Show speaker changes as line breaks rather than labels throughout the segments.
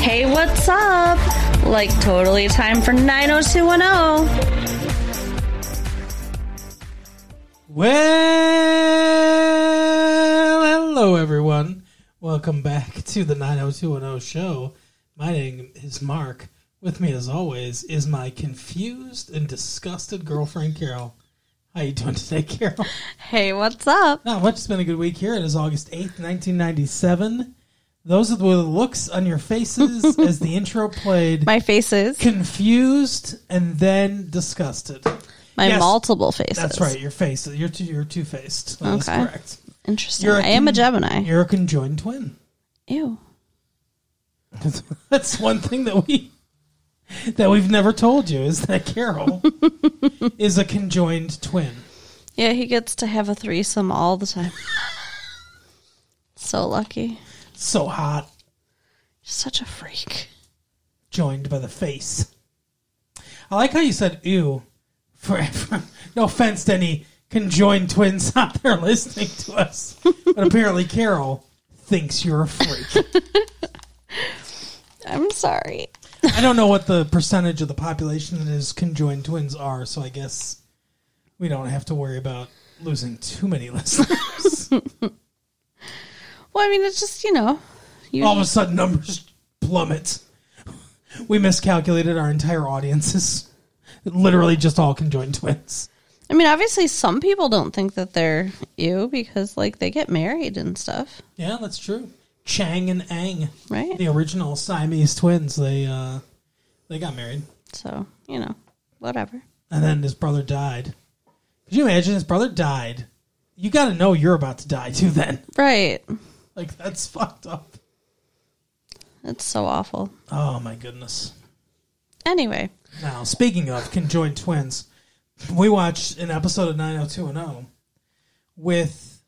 hey, what's up? Like, totally time for 90210.
Well, hello everyone. Welcome back to the 90210 show. My name is Mark. With me, as always, is my confused and disgusted girlfriend Carol. How you doing today, Carol?
Hey, what's up?
Not much. It's been a good week here. It is August 8th, 1997. Those are the looks on your faces as the intro played.
My faces.
confused and then disgusted.
My
Yes,
multiple faces.
That's right. Your face. You're two. You're two faced. That's
Okay.
correct.
Interesting.
You're
I am a
con-
Gemini.
You're a conjoined twin.
Ew.
That's one thing that we that we've never told you is that Carol is a conjoined twin.
Yeah, he gets to have a threesome all the time. so lucky.
So hot,
Such a freak.
joined by the face. I like how you said "ew." For, for no offense to any conjoined twins out there listening to us, but apparently Carol thinks you're a freak.
I'm sorry.
I don't know what the percentage of the population that is conjoined twins are, so I guess we don't have to worry about losing too many listeners.
Well, I mean, it's just, you know. You,
All of a sudden, numbers plummet. We miscalculated our entire audiences. Literally, just all conjoined twins.
I mean, obviously, some people don't think that they're ew because, like, they get married and stuff,
Yeah, that's true. Chang and Ang,
right?
the original Siamese twins, they uh, they got married,
So, you know, whatever.
and then his brother died. Could you imagine his brother died? You got to know you're about to die too. Then,
Right.
like, that's fucked up.
It's so awful.
Oh my goodness.
Anyway,
Now, speaking of conjoined twins, we watched an episode of 90210 with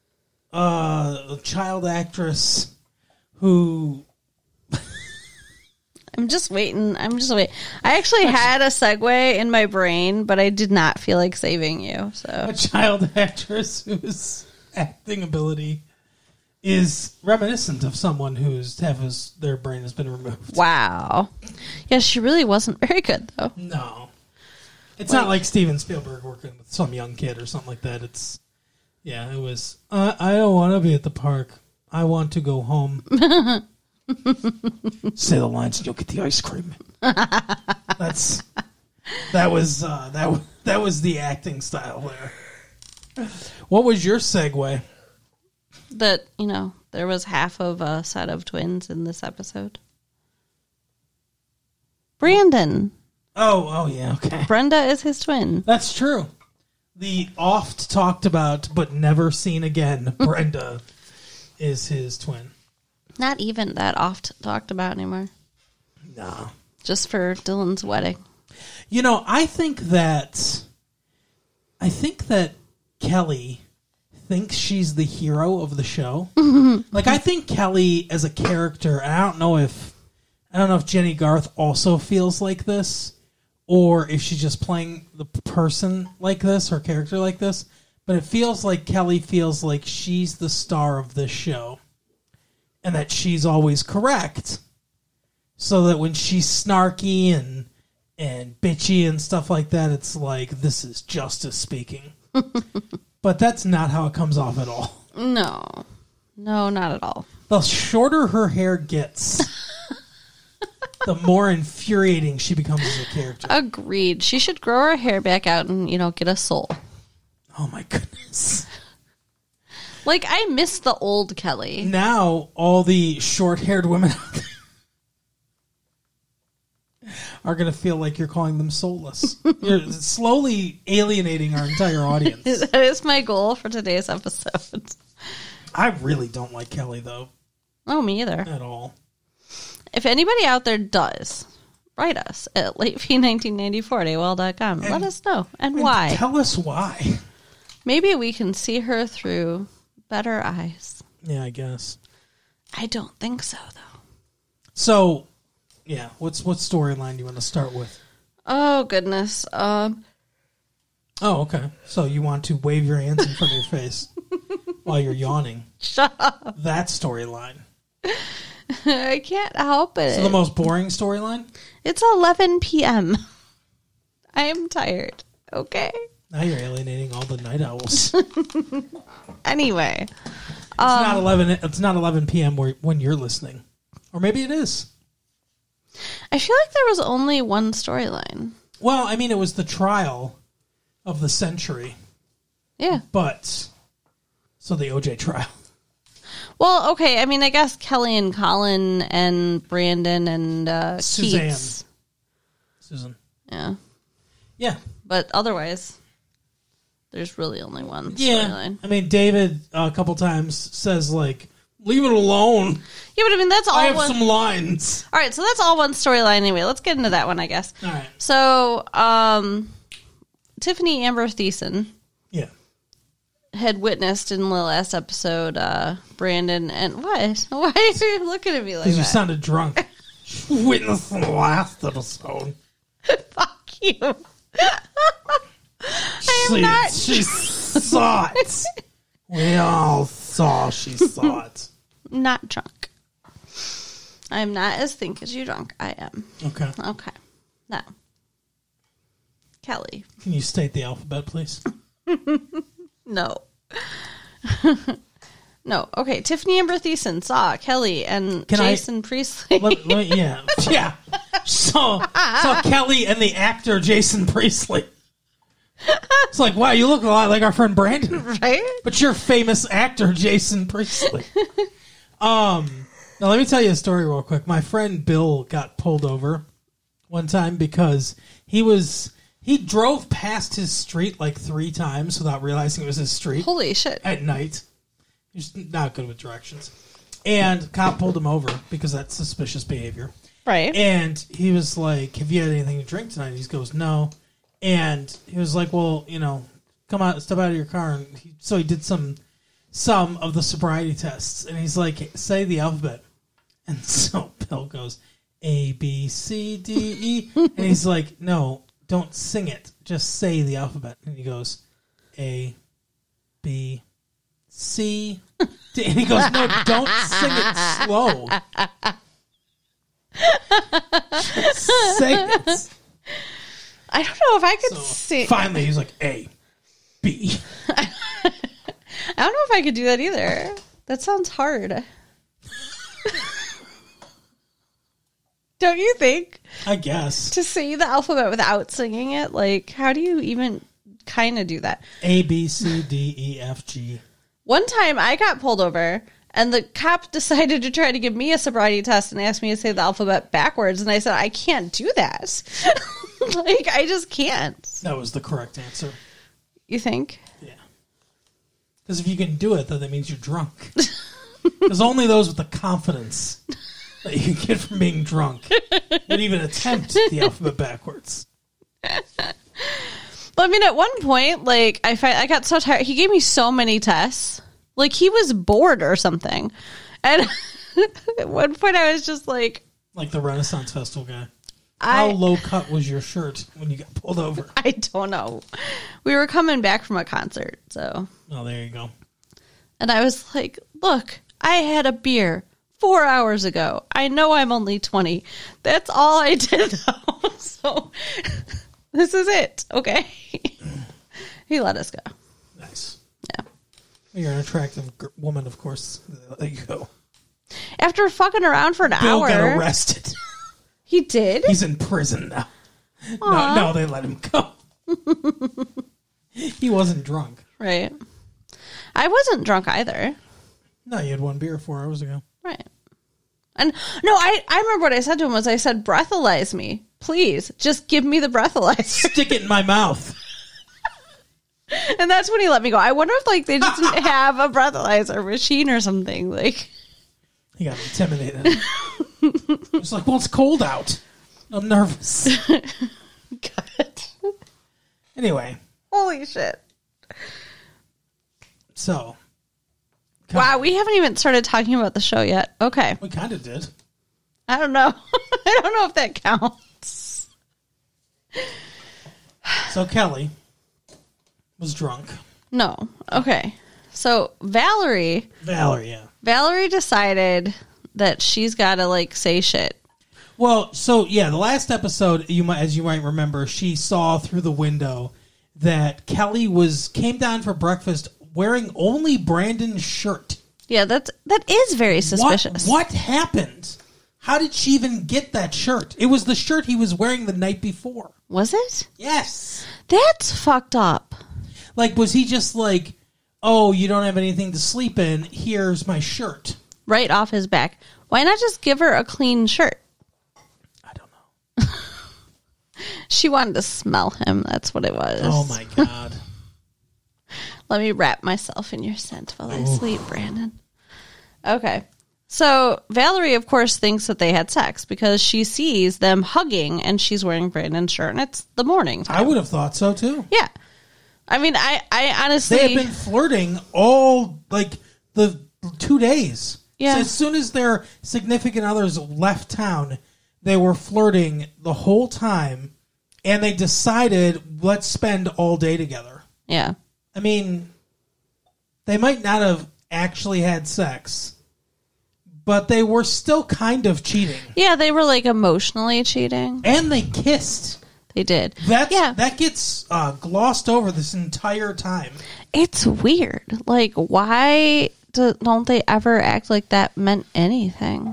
uh, a child actress who
I'm just waiting. I'm just wait. I actually had a segue in my brain, but I did not feel like saving you.
a
So,
child actress whose acting ability is reminiscent of someone whose half his, their brain has been removed.
wow. Yeah, she really wasn't very good, though.
No. It's not like Steven Spielberg working with some young kid or something like that. It's yeah, it was "Uh, I I don't want to be at the park. I want to go home. Say the lines and you'll get the ice cream. That's that was uh, that wa- that was the acting style there. What was your segue?
That, you know, there was half of a set of twins in this episode. Brandon.
Oh, oh yeah, okay.
Brenda is his twin.
That's true. The oft talked about but never seen again Brenda is his twin.
Not even that oft talked about anymore.
No.
Just for Dylan's wedding.
You know, I think that I think that Kelly thinks she's the hero of the show. like I think Kelly as a character, and I don't know if I don't know if Jenny Garth also feels like this or if she's just playing the person like this or character like this, but it feels like Kelly feels like she's the star of this show and that she's always correct. So that when she's snarky and and bitchy and stuff like that, it's like this is justice speaking. but that's not how it comes off at all.
No. No, not at all.
The shorter her hair gets, the more infuriating she becomes as a character.
Agreed. She should grow her hair back out and, you know, get a soul.
Oh my goodness.
Like, I miss the old Kelly.
Now all the short haired women out there are gonna feel like you're calling them soulless. You're slowly alienating our entire audience.
That is my goal for today's episode.
I really don't like Kelly though
Oh, me either.
at all.
If anybody out there does, write us at latefee1994 at AOL.com. Let
And-
us know. And
And
why.
Tell us why.
Maybe we can see her through better eyes.
Yeah, I guess.
I don't think so, though.
So, yeah, what's what storyline do you want to start with?
Oh, goodness. Um,
Oh, okay. So you want to wave your hands in front of your face while you're yawning?
shut up.
That storyline.
I can't help it.
So the most boring storyline.
it's 11 p.m. I am tired. Okay.
Now you're alienating all the night owls. It's
Anyway, Um,
not eleven. It's not eleven p.m. Where, when you're listening, or maybe it is.
I feel like there was only one storyline.
Well, I mean, it was the trial of the century,
Yeah.
but so the OJ trial.
Well, okay. I mean, I guess Kelly and Colin and Brandon and uh,
Suzanne.
Keats.
Susan.
Yeah.
Yeah.
But otherwise, there's really only one
Yeah.
storyline.
I mean, David uh, a couple times says like, "Leave it alone.
Yeah, but I mean, that's all
I have
one.
some lines."
all right, so that's all one storyline anyway. Let's get into that one, I guess.
All right.
So, um, Tiffany Amber Thiessen
Yeah.
had witnessed in the last episode uh, Brandon and what? Why are you looking at me like
Because you
that?
sounded drunk. Witness in the last episode.
Fuck you.
she,
not-
she saw it. We all saw she saw it.
Not drunk. I'm not as think as you drunk. I am.
Okay.
Okay. Now, Kelly.
Can you state the alphabet, please?
No. no. Okay. Tiffany Amber Thiessen saw Kelly and
Can I-
Jason Priestley.
Let- let me- yeah. Yeah. So, so Kelly and the actor Jason Priestley. It's like, wow, you look a lot like our friend Brandon,
right?
but you're famous actor Jason Priestley. Um, now let me tell you a story real quick. My friend Bill got pulled over one time because he was he drove past his street like three times without realizing it was his street
Holy shit.
at night. He's not good with directions. And cop pulled him over because that's suspicious behavior.
Right.
And he was like, "Have you had anything to drink tonight?" And he goes, "No." And he was like, "Well, you know, come out, step out of your car." And he, so he did some some of the sobriety tests, and he's like, "Say the alphabet." And so Bill goes, "A B C D E," and he's like, "No, don't sing it. Just say the alphabet." And he goes, "A B C D," and he goes, "No, don't sing it slow." Say it.
I don't know if I could
So
see.
finally, he's like A, B.
I don't know if I could do that either. That sounds hard. don't you think?
I guess
To say the alphabet without singing it, like, how do you even kind of do that?
A B C D E F G.
One time I got pulled over and the cop decided to try to give me a sobriety test and asked me to say the alphabet backwards. And I said, I can't do that. like, I just can't.
That was the correct answer.
You think?
Yeah. Because if you can do it, then that means you're drunk. Because only those with the confidence that you can get from being drunk would even attempt the alphabet backwards.
But I mean, at one point, like, I, fi- I got so tired. He gave me so many tests. Like, he was bored or something. And at one point, I was just like,
Like the Renaissance Festival guy. How
I,
low cut was your shirt when you got pulled over?
I don't know. We were coming back from a concert, so.
Oh, there you go.
And I was like, look, I had a beer four hours ago. I know I'm only 20. That's all I did, though. so this is it, okay? he let us go.
Nice.
Yeah.
You're an attractive gr- woman, of course. There you go.
After fucking around for an
Bill got
hour,
arrested.
he did.
He's in prison now. No,
Aw.
no, they let him go. he wasn't drunk.
Right. I wasn't drunk either.
No, you had one beer four hours ago.
Right. And no, I, I remember what I said to him was I said, breathalyze me. Please, just give me the breathalyzer.
Stick it in my mouth.
And that's when he let me go. I wonder if like they just didn't have a breathalyzer machine or something. Like
He got intimidated. It's like, well, it's cold out. I'm nervous.
God.
Anyway,
Holy shit.
so Come
Wow, we haven't even started talking about the show yet. Okay.
we kind of did.
I don't know. I don't know if that counts.
So Kelly was drunk.
No. Okay. So Valerie
Valerie, yeah.
Valerie decided that she's got to like say shit.
Well, so yeah, the last episode, you might, as you might remember, she saw through the window that Kelly was came down for breakfast wearing only Brandon's shirt.
Yeah, that's that is very
What-
suspicious.
What, happened? How did she even get that shirt? It was the shirt he was wearing the night before.
Was it?
Yes.
That's fucked up.
Like, was he just like, oh, you don't have anything to sleep in? Here's my shirt.
Right off his back. Why not just give her a clean shirt?
I don't know.
She wanted to smell him. That's what it was.
Oh my God.
Let me wrap myself in your scent while I sleep, Brandon. Okay. So Valerie, of course, thinks that they had sex because she sees them hugging and she's wearing Brandon's shirt and it's the morning.
I would have thought so too.
Yeah. I mean, I, I honestly.
They have been flirting all like the two days.
Yeah.
So as soon as their significant others left town, they were flirting the whole time, and they decided let's spend all day together.
yeah.
I mean, they might not have actually had sex, but they were still kind of cheating,
Yeah, they were like emotionally cheating.
and they kissed.
They did.
That's,
yeah.
That gets uh, glossed over this entire time.
it's weird. Like, why do, don't they ever act like that meant anything?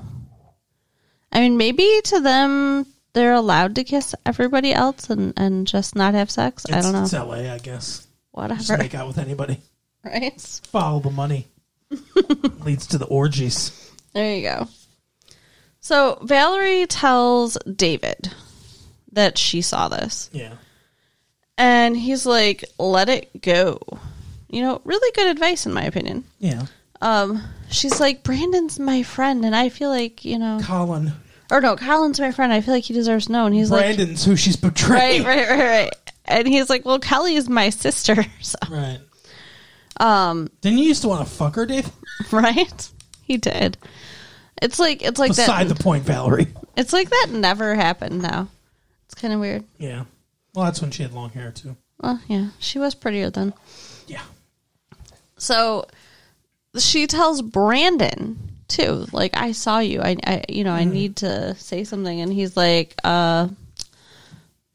I mean, maybe to them they're allowed to kiss everybody else and, and just not have sex. I
It's-
don't know.
It's LA, I guess. Just
Whatever.
make out with anybody.
Right?
Follow the money. Leads to the orgies.
There you go. So Valerie tells David that she saw this.
Yeah.
And he's like, let it go. You know, really good advice, in my opinion.
Yeah.
um, she's like, Brandon's my friend, and I feel like, you know,
Colin.
or no, Colin's my friend. I feel like he deserves to know. And he's
Brandon's who she's betraying.
like, right, right, right, right. And he's like, well, Kelly is my sister, so,
Right. Um, Didn't you used to want to fuck her, Dave?
right? He did. It's like it's like
Beside
that.
the point, Valerie.
it's like that never happened now. It's kind of weird.
Yeah. Well, that's when she had long hair, too.
Well, yeah, she was prettier then.
Yeah.
So she tells Brandon too, like I saw you. I, I you know, I
Mm.
need to say something, and he's like, uh,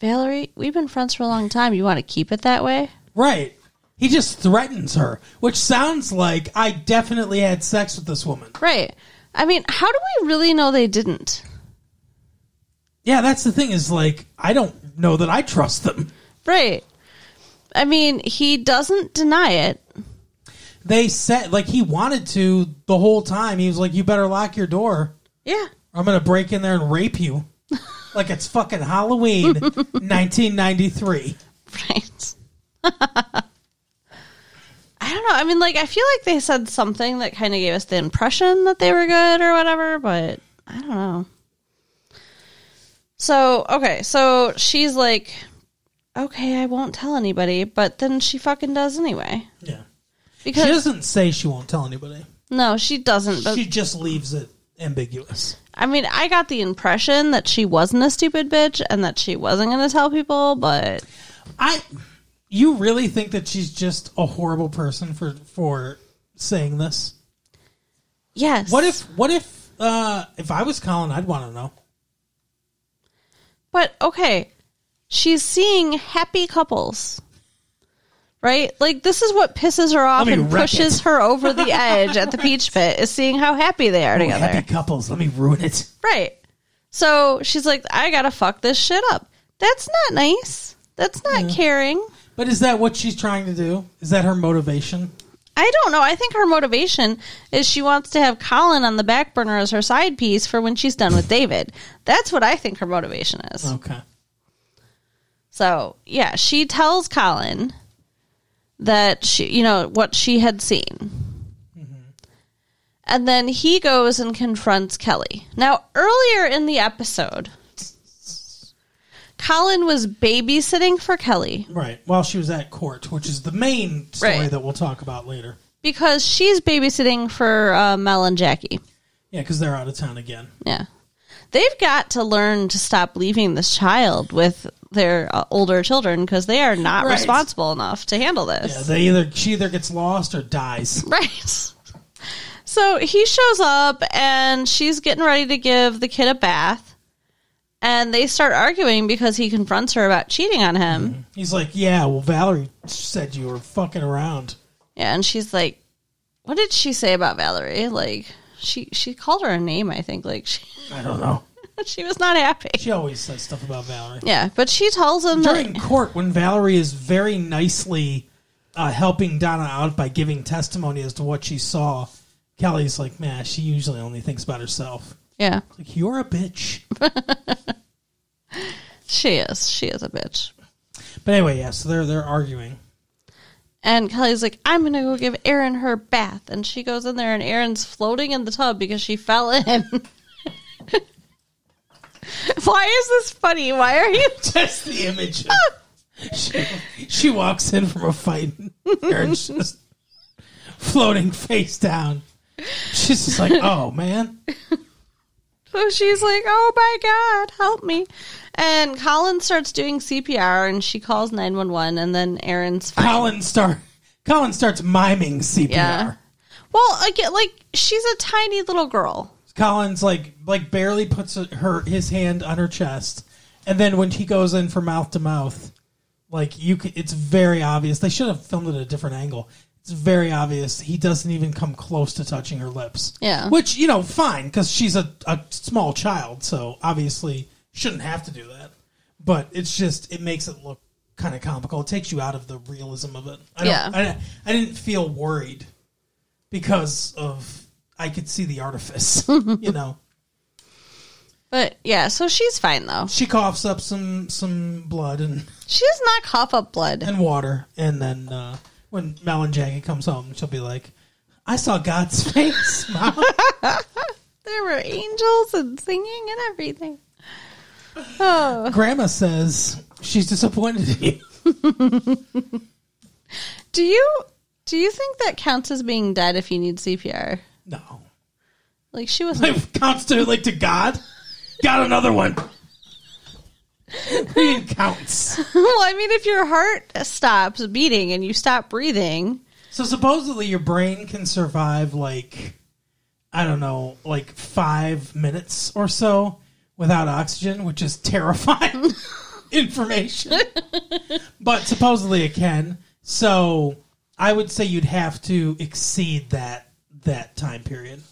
Valerie, we've been friends for a long time. You want to keep it that way?
Right. He just threatens her, which sounds like I definitely had sex with this woman.
Right. I mean, how do we really know they didn't?
Yeah, that's the thing is like, I don't know that I trust them.
Right. I mean, he doesn't deny it.
They said, like, he wanted to the whole time. He was like, you better lock your door.
Yeah.
I'm gonna break in there and rape you, like it's fucking Halloween, 1993.
Right. I don't know. I mean, like, I feel like they said something that kind of gave us the impression that they were good or whatever, but I don't know. So, okay. So she's like, okay, I won't tell anybody, but then she fucking does anyway.
Yeah, she
Because,
doesn't say she won't tell anybody.
no, she doesn't. But
She just leaves it ambiguous.
I mean, I got the impression that she wasn't a stupid bitch and that she wasn't going to tell people, but
I, you really think that she's just a horrible person for for saying this?
yes.
What if what if uh if I was Colin, I'd want to know.
But okay, she's seeing happy couples. Right? Like this is what pisses her off
me
and
wreck
pushes
it.
her over the edge at the peach pit is seeing how happy they are
Oh,
together.
happy couples, let me ruin it.
Right. So she's like, I gotta fuck this shit up. That's not nice. That's not caring.
But is that what she's trying to do? Is that her motivation?
I don't know. I think her motivation is she wants to have Colin on the back burner as her side piece for when she's done with David. That's what I think her motivation is.
Okay.
So yeah, she tells Colin that she, you know, what she had seen, and then he goes and confronts Kelly. Now earlier in the episode, Colin was babysitting for Kelly
Right. While she was at court, which is the main story
Right.
that we'll talk about later.
because she's babysitting for uh, Mel and Jackie.
Yeah, because they're out of town again.
Yeah, they've got to learn to stop leaving this child with their uh, older children because they are not
Right.
responsible enough to handle this.
Yeah, they either she either gets lost or dies.
Right. So he shows up and she's getting ready to give the kid a bath. And they start arguing because he confronts her about cheating on him.
He's like, yeah, well, Valerie said you were fucking around.
Yeah, and she's like, "What did she say about Valerie? Like, she she called her a name, I think. Like, she
I don't know.
she was not happy.
She always says stuff about Valerie.
Yeah, but she tells him
During
that,
court, when Valerie is very nicely uh, helping Donna out by giving testimony as to what she saw, Kelly's like, man, she usually only thinks about herself.
yeah,
Like, you're a bitch.
she is she is a bitch.
But anyway, yeah, so they're, they're arguing.
And Kelly's like, I'm gonna go give Erin her bath, and she goes in there, and Erin's floating in the tub because she fell in. Why is this funny? Why are you?
That's the image. of- she, she walks in from a fight. Erin's just floating face down. She's just like, oh, man.
So she's like, "Oh my god, help me!" And Colin starts doing CPR, and she calls nine one one, and then Erin's fine.
Colin, start, Colin starts miming CPR.
Yeah. Well, again, like she's a tiny little girl.
Collins like like barely puts her his hand on her chest, and then when he goes in for mouth to mouth, like you, c it's very obvious. They should have filmed it at a different angle. It's very obvious he doesn't even come close to touching her lips.
Yeah.
which you know, fine because she's a a small child, so obviously shouldn't have to do that. But it's just it makes it look kind of comical. It takes you out of the realism of it. I don't,
Yeah.
I, I didn't feel worried because of I could see the artifice. you know,
But yeah, so she's fine though.
she coughs up some some blood and
She does not cough up blood.
and water, and then uh, when Mel and Jackie comes home, she'll be like, "I saw God's face, Mom."
There were angels and singing and everything. Oh,
Grandma says she's disappointed in you.
do you do you think that counts as being dead if you need CPR?
No,
Like she was.
like counts to like to God. Got another one. What do you mean counts?
well, I mean, if your heart stops beating and you stop breathing,
So supposedly your brain can survive like I don't know, like five minutes or so without oxygen, which is terrifying information. but supposedly it can. So I would say you'd have to exceed that that time period.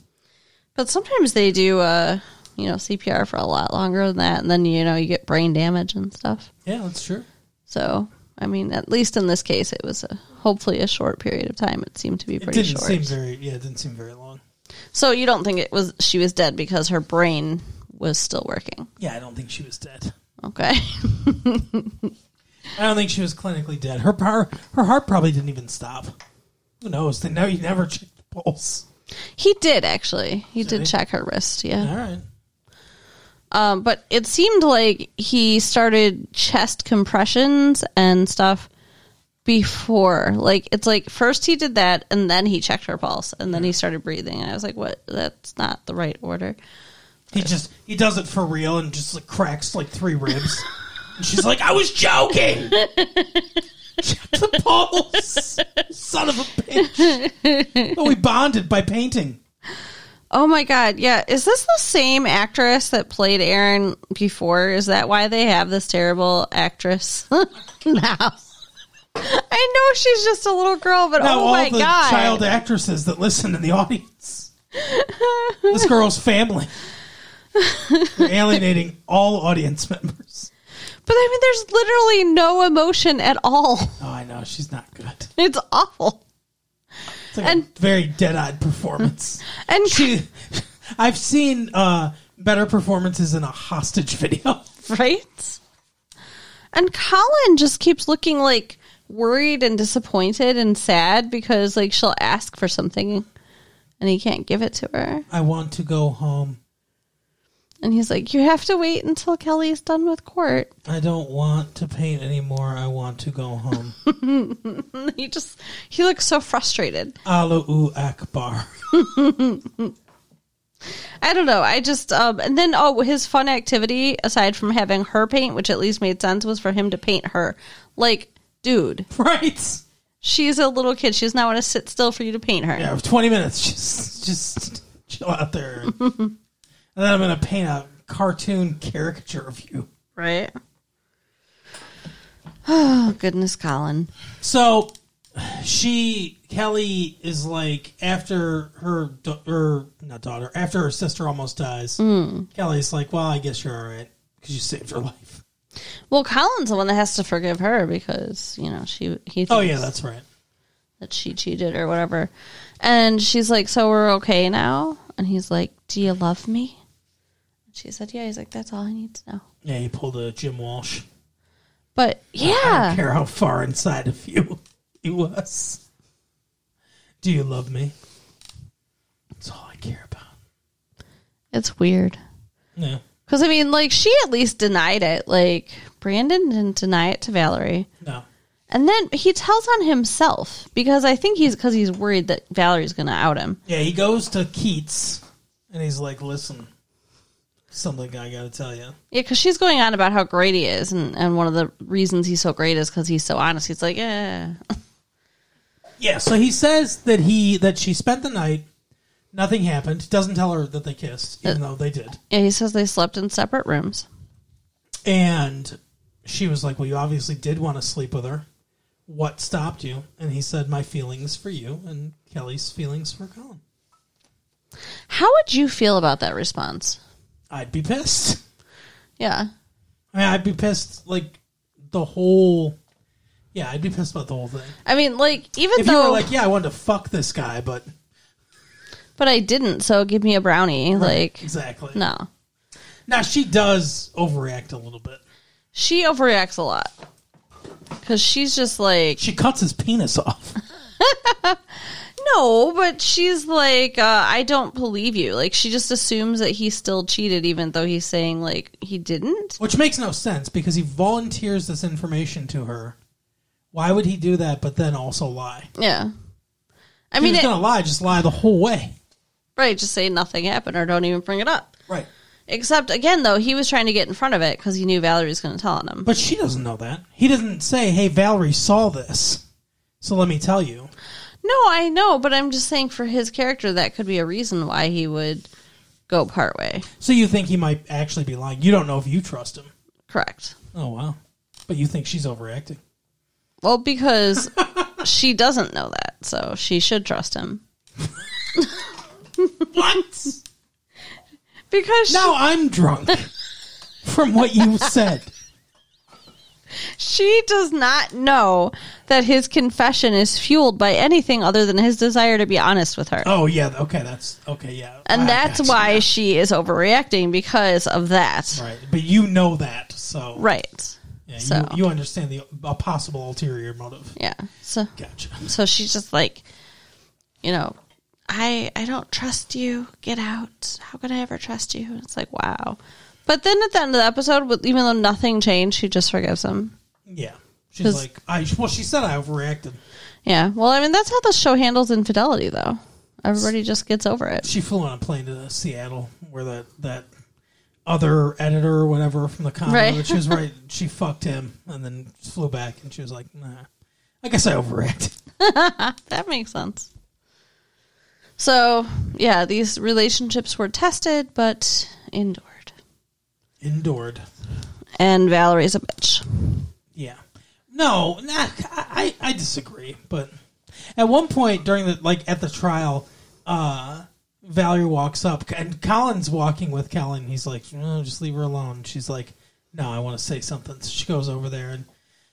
but sometimes they do, uh, you know, CPR for a lot longer than that, and then you know you get brain damage and stuff.
Yeah, that's true.
So, I mean, at least in this case, it was a, hopefully a short period of time. It seemed to be
It
pretty
didn't
short.
seem very yeah, it didn't seem very long.
so you don't think it was she was dead because her brain was still working?
Yeah, I don't think she was dead.
Okay,
I don't think she was clinically dead. Her power, her heart probably didn't even stop. Who knows? They know you never check the pulse.
he did actually. He did
he?
check her wrist. Yeah.
All right.
Um, but it seemed like he started chest compressions and stuff before. Like it's like first he did that and then he checked her pulse and then he
Hmm.
started breathing and I was like, "What? That's not the right order."
He just he does it for real and just like cracks like three ribs. and she's like, I was joking. Check the pulse, son of a bitch. But we bonded by painting.
Oh my god, yeah. Is this the same actress that played Aaron before? Is that why they have this terrible actress now? I know she's just a little girl, but
Now
oh
all
my
the
god.
child actresses that listen in the audience. this girl's family. You're alienating all audience members.
but I mean there's literally no emotion at all.
Oh, I know she's not good.
It's awful.
It's like
And-
a very dead-eyed performance.
And
she, I've seen uh, better performances in a hostage video.
right? And Colin just keeps looking like worried and disappointed and sad because like she'll ask for something and he can't give it to her.
I want to go home.
And he's like, You have to wait until Kelly's done with court.
I don't want to paint anymore. I want to go home.
he just he looks so frustrated.
Allahu Akbar.
I don't know. I just um and then oh his fun activity aside from having her paint, which at least made sense, was for him to paint her. Like, dude,
Right?
She's a little kid. She does not want to sit still for you to paint her.
Yeah, for 20 minutes. Just, just chill out there. and then I'm going to paint a cartoon caricature of you.
Right? Oh, goodness, Colin.
So she, Kelly, is like, after her, da- her not daughter, after her sister almost dies, Kelly's like, well, I guess you're all right because you saved her life.
Well, Colin's the one that has to forgive her because, you know, she he thinks
Oh, yeah, that's right.
that she cheated or whatever. And she's like, So we're okay now? And he's like, Do you love me? And she said, Yeah. He's like, That's all I need to know.
Yeah, he pulled a Jim Walsh.
But
I don't
yeah.
care how far inside of you he was. Do you love me? That's all I care about.
It's weird.
Yeah.
Because, I mean, like, she at least denied it. Like, Brandon didn't deny it to Valerie.
No.
And then he tells on himself because I think he's because he's worried that Valerie's going to out him.
Yeah, he goes to Keats and he's like, listen, something I gotta tell you.
Yeah, because she's going on about how great he is. And, and one of the reasons he's so great is because he's so honest. He's like, Yeah.
Yeah, so he says that he that she spent the night, nothing happened. Doesn't tell her that they kissed, even though they did.
Yeah, he says they slept in separate rooms.
And she was like, Well, you obviously did want to sleep with her. What stopped you? And he said, My feelings for you and Kelly's feelings for Colin.
How would you feel about that response?
I'd be pissed.
Yeah.
I mean, I'd be pissed like the whole. Yeah, I'd be pissed about the whole thing.
I mean, like, even
If you
though,
were like, yeah, I wanted to fuck this guy, but
but I didn't, so give me a brownie. Like,
exactly.
no.
Now she does overreact a little bit.
She overreacts a lot. Because she's just like,
She cuts his penis off.
no, but she's like, uh, I don't believe you. Like, she just assumes that he still cheated, even though he's saying, like, he didn't.
Which makes no sense because he volunteers this information to her. Why would he do that but then also lie?
Yeah. I
I
mean,
mean, he's
it,
going to lie, just lie the whole way.
right, just say nothing happened or don't even bring it up.
Right.
Except, again, though, he was trying to get in front of it because he knew Valerie was going to tell on him.
But she doesn't know that. He doesn't say, hey, Valerie saw this, so let me tell you.
No, I know, but I'm just saying for his character, that could be a reason why he would go part way.
So you think he might actually be lying. You don't know if you trust him.
Correct.
Oh, wow. But you think she's overreacting.
Well, because she doesn't know that, so she should trust him.
What?
Because she,
now I'm drunk from what you said.
she does not know that his confession is fueled by anything other than his desire to be honest with her.
Oh, yeah. Okay, that's okay. Yeah.
and
I
that's
gotcha.
why she is overreacting because of that.
Right. But you know that, so.
Right.
Yeah,
So-
you, you understand the a possible ulterior motive.
Yeah. So
Gotcha.
so she's just like you know i i don't trust you get out how could i ever trust you and it's like wow but then at the end of the episode with even though nothing changed she just forgives him
Yeah. She's
Does-
like, I well, she said I overreacted.
yeah well i mean that's how the show handles infidelity though everybody just gets over it
She flew on a plane to Seattle, where that that other editor or whatever from the comic,
Right.
she was right. She fucked him, and then flew back, and she was like, Nah, I guess I overreacted.
that makes sense so yeah these relationships were tested but endured
Endured.
and valerie's a bitch
Yeah. No, nah, I, I I disagree. But at one point during the like at the trial, uh, Valerie walks up and Colin's walking with Colin. He's like, no, just leave her alone. She's like, no, I want to say something. So she goes over there and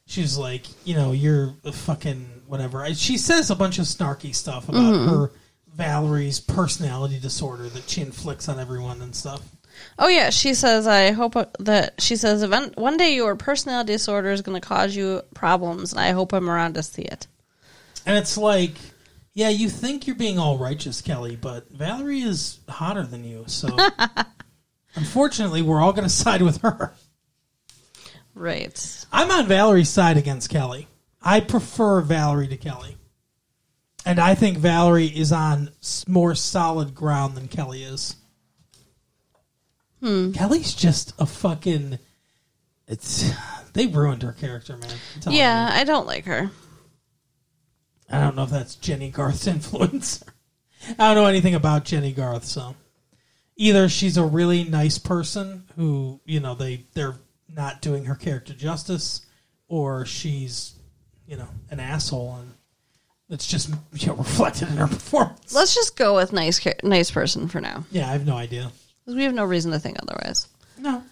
she's like, you know, you're a fucking whatever. And she says a bunch of snarky stuff about her Valerie's personality disorder that she inflicts on everyone and stuff.
Oh yeah, she says. I hope that she says event one day your personality disorder is going to cause you problems, and I hope I'm around to see it.
And it's like, yeah, you think you're being all righteous, Kelly, but Valerie is hotter than you. So unfortunately, we're all going to side with her.
Right.
I'm on Valerie's side against Kelly. I prefer Valerie to Kelly. And I think Valerie is on s- more solid ground than Kelly is. Kelly's just a fucking. It's they ruined her character, Oh, man. I'm telling you.
Yeah, I don't like her.
I don't know if that's Jenny Garth's influence. I don't know anything about Jenny Garth, so either she's a really nice person who, you know, they they're not doing her character justice, or she's, you know, an asshole and it's just you know, reflected in her performance.
Let's just go with nice, char- nice person for now,
Yeah, I have no idea.
'cause we have no reason to think otherwise.
No.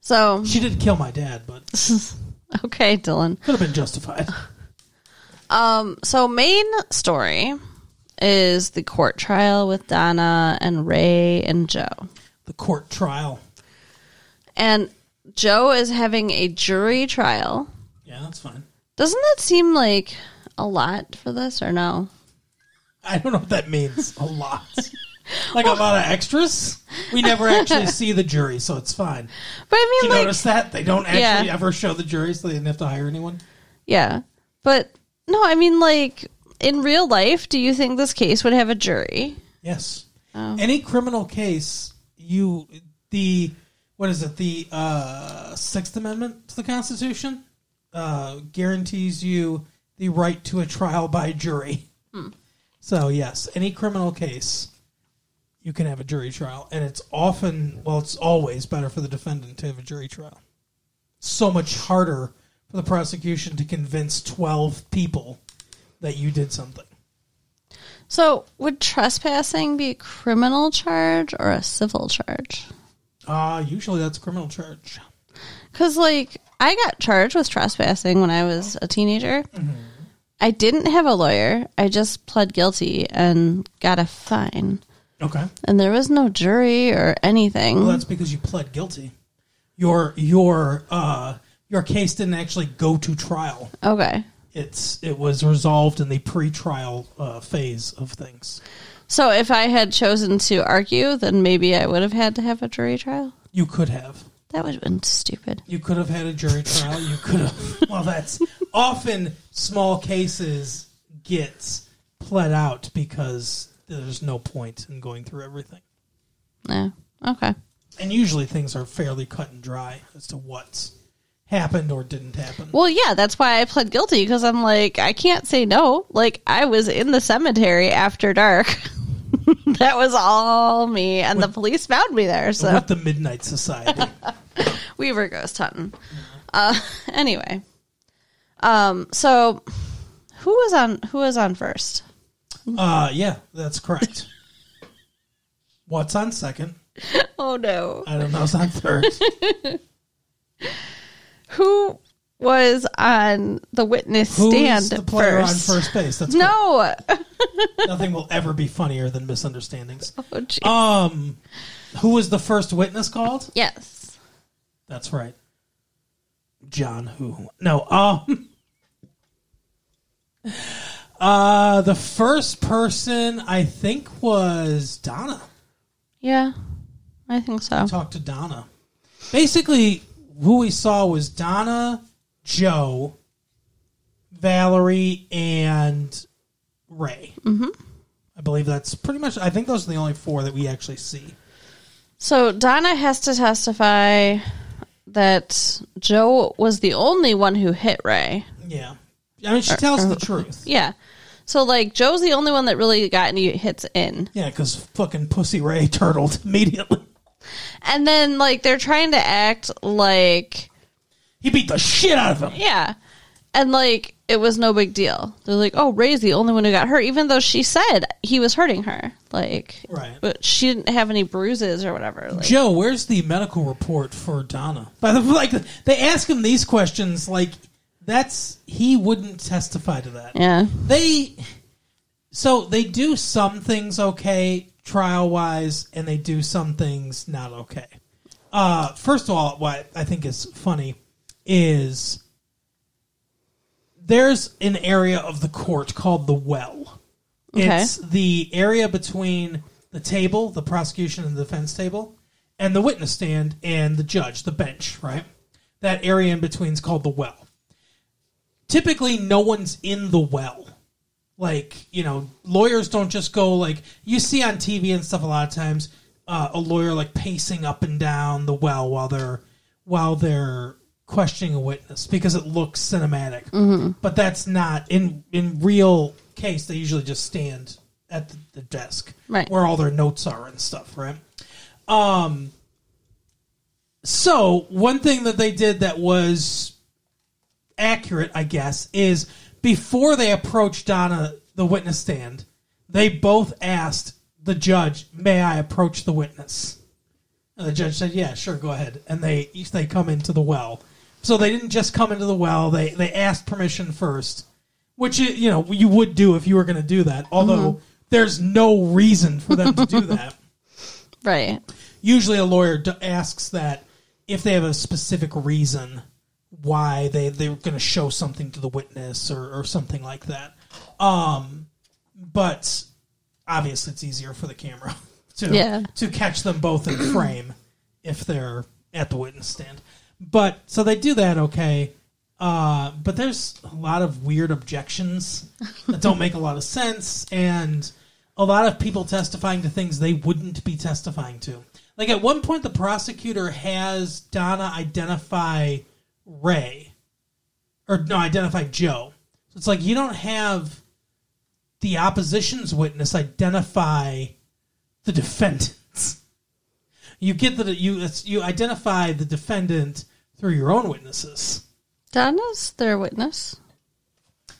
So,
She did kill my dad, but
okay, Dylan.
could have been justified.
Um, so main story is the court trial with Donna and Ray and Joe.
The court trial.
And Joe is having a jury trial.
Yeah, that's fine.
Doesn't that seem like a lot for this or no?
I don't know what that means. A lot. Like a lot of extras. We never actually see the jury, so it's fine.
But I
Do
mean
you
like
notice that? They don't actually
Yeah.
ever show the jury, so they didn't have to hire anyone.
yeah. But no, I mean like in real life, do you think this case would have a jury?
Yes. Any criminal case, you the what is it? The uh, Sixth Amendment to the Constitution uh, guarantees you the right to a trial by jury. So yes, any criminal case, you can have a jury trial, and it's often well, it's always better for the defendant to have a jury trial. So much harder for the prosecution to convince twelve people that you did something.
So would trespassing be a criminal charge or a civil charge?
Uh, usually that's a criminal charge.
Because, like, I got charged with trespassing when I was a teenager.
Mm-hmm.
I didn't have a lawyer. I just pled guilty and got a fine.
Okay.
And there was no jury or anything.
Well, that's because you pled guilty. Your your uh your case didn't actually go to trial.
okay.
It's it was resolved in the pre-trial uh, phase of things.
So if I had chosen to argue, then maybe I would have had to have a jury trial.
You could have.
That would have been stupid.
You could have had a jury trial. You could have. Well, that's often small cases get pled out because there's no point in going through everything.
No. Okay.
And usually things are fairly cut and dry as to what happened or didn't happen.
Well, yeah, that's why I pled guilty because I'm like, I can't say no. Like, I was in the cemetery after dark. that was all me, and the police found me there. So
With the Midnight Society.
we were ghost hunting. Uh, anyway, um, so who was on who was on first?
Uh, yeah, that's correct. What's on second?
Oh no,
I don't know. It's on third.
who was on the witness
Who's
stand
the player
first?
on first base? That's correct.
No,
Nothing will ever be funnier than misunderstandings.
oh, gee.
Um, who was the first witness called?
yes,
That's right. John who? No. Um. Uh, the first person I think was Donna.
yeah, I think so.
talk to Donna. Basically, who we saw was Donna, Joe, Valerie, and Ray. Mm-hmm. I believe that's pretty much. I think those are the only four that we actually see.
So Donna has to testify that Joe was the only one who hit Ray.
Yeah, I mean, she tells the truth.
Yeah. So like Joe's the only one that really got any hits in.
Yeah, because fucking pussy Ray turtled immediately.
And then like they're trying to act like
He beat the shit out of him.
yeah. And like it was no big deal. They're like, "Oh, Ray's the only one who got hurt even though she said he was hurting her." Like
Right.
but she didn't have any bruises or whatever. Like
Joe, where's the medical report for Donna? By the like, they ask him these questions like that's he wouldn't testify to that.
Yeah.
they so they do some things okay trial wise and they do some things not okay uh first of all what i think is funny is there's an area of the court called the well
Okay.
it's the area between the table the prosecution and the defense table and the witness stand and the judge the bench right that area in between is called the well typically no one's in the well. Like, you know, lawyers don't just go like you see on TV and stuff a lot of times uh, a lawyer like pacing up and down the well while they're while they're questioning a witness because it looks cinematic. But that's not in in real case. They usually just stand at the, the desk
Right.
where all their notes are and stuff, right? Um. So one thing that they did that was accurate, I guess, is before they approached Donna the witness stand, they both asked the judge, "May I approach the witness?" And the judge said, "Yeah, sure, go ahead." And they each they come into the well. So they didn't just come into the well; they they asked permission first, which i- you know you would do if you were going to do that. Although there's no reason for them to do that.
Right.
Usually, a lawyer d- asks that if they have a specific reason why they they're going to show something to the witness or or something like that. Um, but obviously, it's easier for the camera to
Yeah.
to catch them both in frame if they're at the witness stand. But so they do that okay. Uh, but there's a lot of weird objections that don't make a lot of sense, and a lot of people testifying to things they wouldn't be testifying to. Like at one point, the prosecutor has Donna identify Ray, or no, identify Joe. So it's like you don't have the opposition's witness identify the defendants. You get that you it's- you identify the defendant through your own witnesses.
Donna's their witness.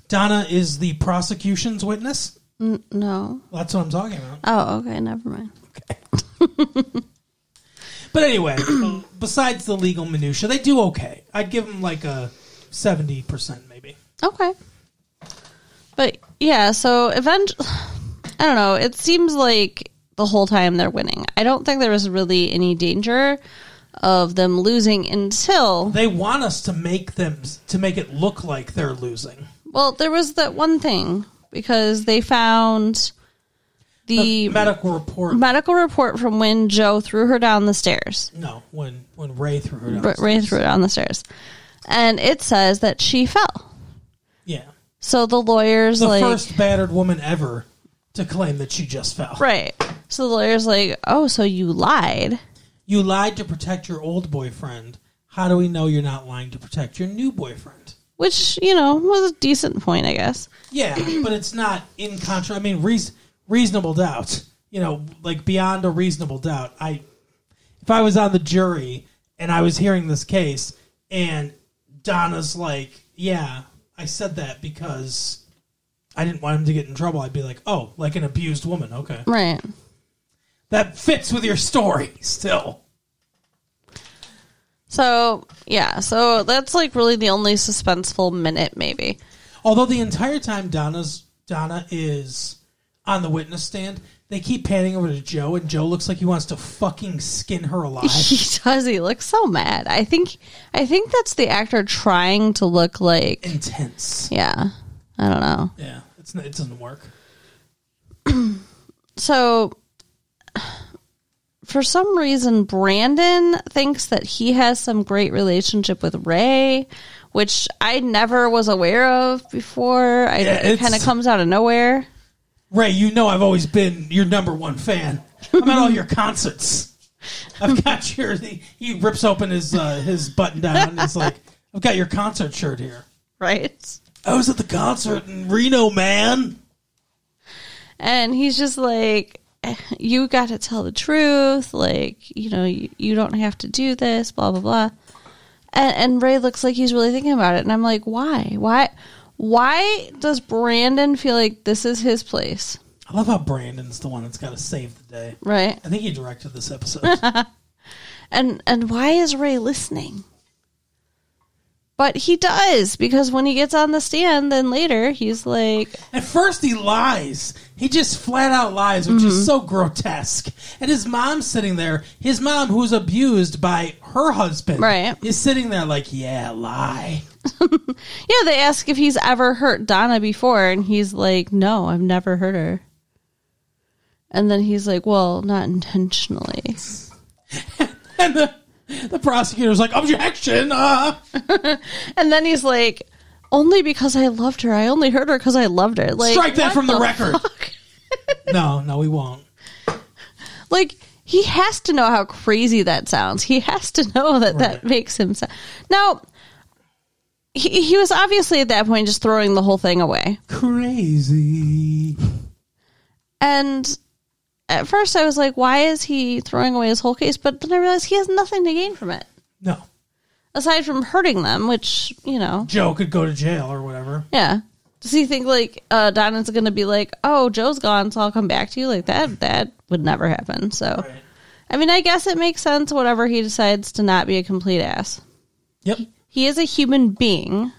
Donna is the prosecution's witness.
N- no.
Well, that's what I'm talking about.
Oh, okay. Never mind.
But anyway, uh, besides the legal minutia, they do okay. I'd give them like a seventy percent, maybe.
Okay. But yeah, so eventually, I don't know. It seems like the whole time they're winning. I don't think there was really any danger of them losing until.
They want us to make them to make it look like they're losing.
Well, there was that one thing because they found the,
The medical report.
medical report from when Joe threw her down the stairs.
No, when when Ray threw her down.
R- Ray threw her down the stairs. And it says that she fell.
Yeah,
So the lawyer's
the
like.
first battered woman ever to claim that she just fell.
Right. So the lawyer's like, oh, so you lied.
You lied to protect your old boyfriend. How do we know you're not lying to protect your new boyfriend?
which you know was a decent point, I guess.
Yeah, but it's not in contra. I mean, reas reasonable doubt. You know, like beyond a reasonable doubt. I, if I was on the jury and I was hearing this case, and Donna's like, "Yeah, I said that because I didn't want him to get in trouble," I'd be like, "Oh, like an abused woman. Okay,
Right.
that fits with your story still."
So yeah, so that's like really the only suspenseful minute, maybe.
Although the entire time Donna's Donna is on the witness stand, they keep panning over to Joe, and Joe looks like he wants to fucking skin her alive.
He does. He looks so mad. I think. I think that's the actor trying to look like.
Intense.
Yeah. I don't know.
Yeah, it's n- it doesn't work.
So. For some reason, Brandon thinks that he has some great relationship with Ray, which I never was aware of before. I,
Yeah,
it
it's-
kind of comes out of nowhere.
Ray, you know I've always been your number one fan. I'm at all your concerts. I've got your. He, he rips open his uh, his button down and it's like, "I've got your concert shirt here."
Right.
I was at the concert in Reno, man.
and he's just like you got to tell the truth like you know you, you don't have to do this blah blah blah and, and ray looks like he's really thinking about it and i'm like why why why does brandon feel like this is his place
I love how Brandon's the one that's got to save the day.
right
I think he directed this episode.
and and why is ray listening but he does because when he gets on the stand then later he's like
At first, he lies. He just flat out lies, which
Mm-hmm.
is so grotesque. And his mom's sitting there. His mom, who's abused by her husband,
Right.
is sitting there like, "Yeah, lie."
yeah they ask if he's ever hurt donna before and he's like no i've never hurt her and then he's like well not intentionally
And the, the prosecutor's like, "Objection!" Uh.
and then he's like only because i loved her i only hurt her because i loved her like
Strike that
what
from the, record. no, no, we won't.
like he has to know how crazy that sounds he has to know that that
Right.
makes him sound now he, he was obviously at that point just throwing the whole thing away.
Crazy.
And at first I was like, why is he throwing away his whole case? But then I realized he has nothing to gain from it
No.
aside from hurting them, which, you know,
Joe could go to jail or whatever.
yeah. Does he think like uh, Donna's going to be like, oh, Joe's gone, so I'll come back to you? Like that, that would never happen. So,
Right.
I mean, I guess it makes sense, whatever he decides to not be a complete ass.
Yep.
He is a human being.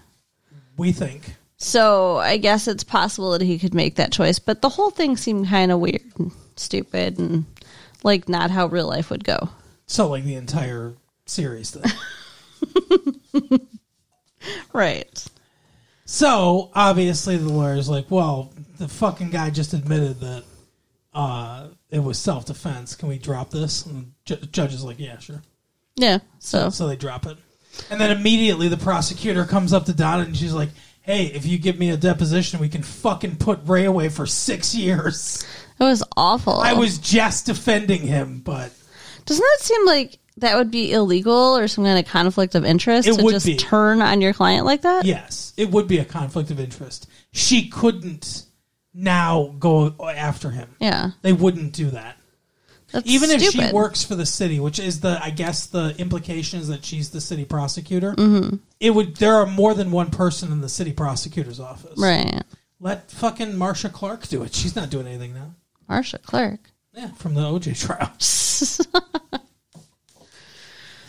We think.
So I guess it's possible that he could make that choice, but the whole thing seemed kind of weird and stupid and like not how real life would go.
So, like, the entire series thing.
Right.
so, obviously, the lawyer's like, well, the fucking guy just admitted that uh, it was self defense. Can we drop this? And the ju- judge is like, yeah, sure.
Yeah. So,
So they drop it. And then immediately the prosecutor comes up to Donna and she's like, hey, if you give me a deposition, we can fucking put Ray away for six years.
it was awful.
I was just defending him, but
Doesn't that seem like that would be illegal or some kind of conflict of interest
It
to
would
just
be.
turn on your client like that?
yes, it would be a conflict of interest. She couldn't now go after him.
Yeah.
They wouldn't do that.
That's
Even if she
stupid.
works for the city, which is the, I guess the implication is that she's the city prosecutor. Mm-hmm. It would. There are more than one person in the city prosecutor's office.
Right.
Let fucking Marsha Clark do it. She's not doing anything now.
Marsha Clark.
Yeah, from the OJ trial.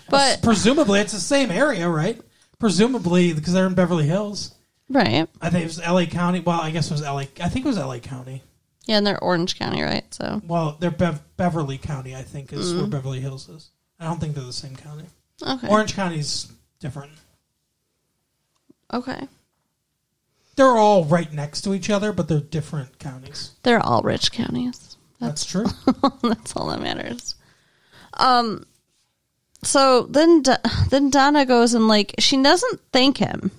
But,
Presumably, it's the same area, right? Presumably, because they're in Beverly Hills.
right.
I think it was L.A. County. Well, I guess it was L.A. I think it was L.A. County.
Yeah, and they're Orange County, right? So,
Well, they're Bev- Beverly County. I think is where Beverly Hills is. I don't think they're the same county.
Mm-hmm. okay.
Orange County's different.
okay.
They're all right next to each other, but they're different counties.
They're all rich counties.
That's true.
That's all that matters. Um, so then, Do- then Donna goes and like she doesn't thank him,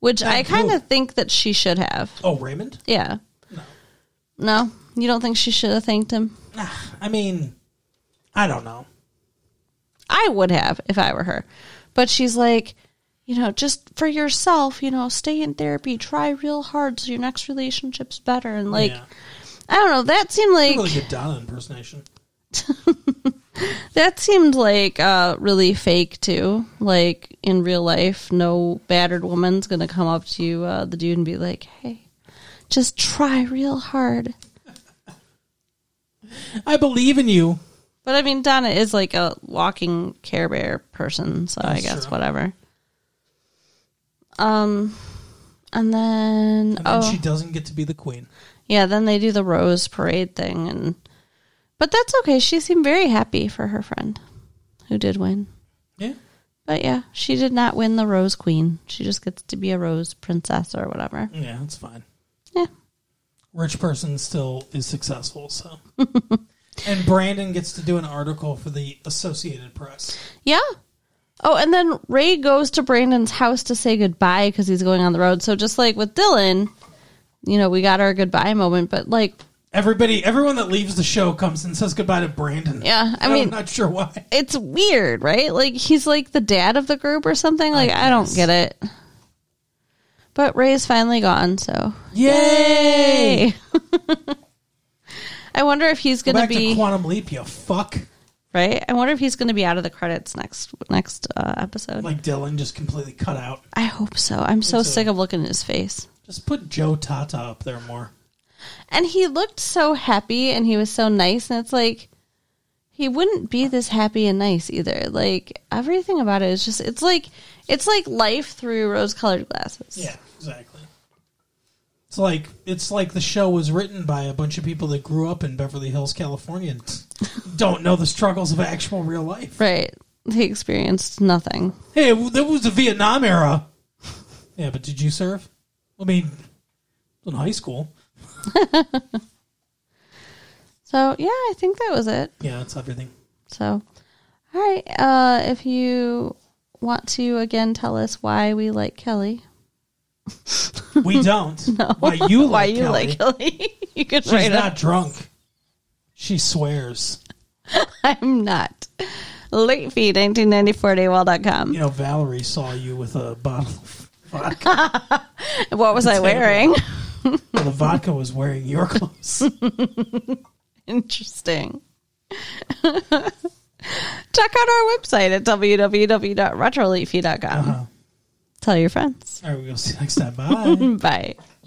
which I
Thank who?
kind of think that she should have.
oh, Raymond.
Yeah.
No.
No, you don't think she should have thanked him?
Ah, I mean, I don't know.
I would have if I were her, but she's like, you know, just for yourself, you know, stay in therapy, try real hard so your next relationship's better, and like,
yeah.
I don't know. That seemed like
really good Donna impersonation.
That seemed like uh, really fake too. Like in real life, no battered woman's gonna come up to you, uh, the dude, and be like, "Hey, just try real hard."
I believe in you.
But I mean, Donna is like a walking Care Bear person, so I
That's
guess
true.
whatever. Um, and
And
then
then
oh
she doesn't get to be the queen.
yeah, then they do the rose parade thing, and but that's okay. She seemed very happy for her friend, who did win.
Yeah.
But yeah, she did not win the Rose Queen. She just gets to be a Rose Princess or whatever.
Yeah, that's fine.
Yeah.
Rich person still is successful, so. and Brandon gets to do an article for the Associated Press.
Yeah. Oh, and then Ray goes to Brandon's house to say goodbye because he's going on the road. So just like with Dylan, you know, we got our goodbye moment, but like,
Everybody, everyone that leaves the show comes and says goodbye to Brandon.
Yeah, I
I'm
mean-
not sure why.
it's weird, right? Like he's like the dad of the group or something. Like I, don't
guess.
get it. But Ray's finally gone, so
Yay!
hey. I wonder if he's
Go
going to
back
be
to Quantum Leap, you fuck.
right? I wonder if he's going to be out of the credits next next uh, episode.
Like Dylan just completely cut out.
I hope so. I'm so
so.
sick of looking at his face.
Just put Joe Tata up there more.
And he looked so happy and he was so nice and it's like he wouldn't be this happy and nice either. Like everything about it is just it's like it's like life through rose-colored glasses.
Yeah, exactly. It's like it's like the show was written by a bunch of people that grew up in Beverly Hills, California, and don't know the struggles of actual real life.
Right. He experienced nothing.
Hey, w- that was the Vietnam era. Yeah, but did you serve? I mean, in high school.
So, yeah, I think that was it.
Yeah, that's everything.
So, all right. Uh if you want to again tell us why we like Kelly.
We don't. Why you like
why you
Kelly.
like Kelly? you can
She's
write
not
up.
drunk. She swears.
I'm not. Late feed 1994 at AOL.com.
You know, Valerie saw you with a bottle of vodka.
What was I wearing?
the vodka was wearing your clothes.
Interesting. Check out our website at Uh-huh.
Uh-huh.
www.retroleafy.com. Tell your friends.
All right, we'll see you next time. Bye.
Bye.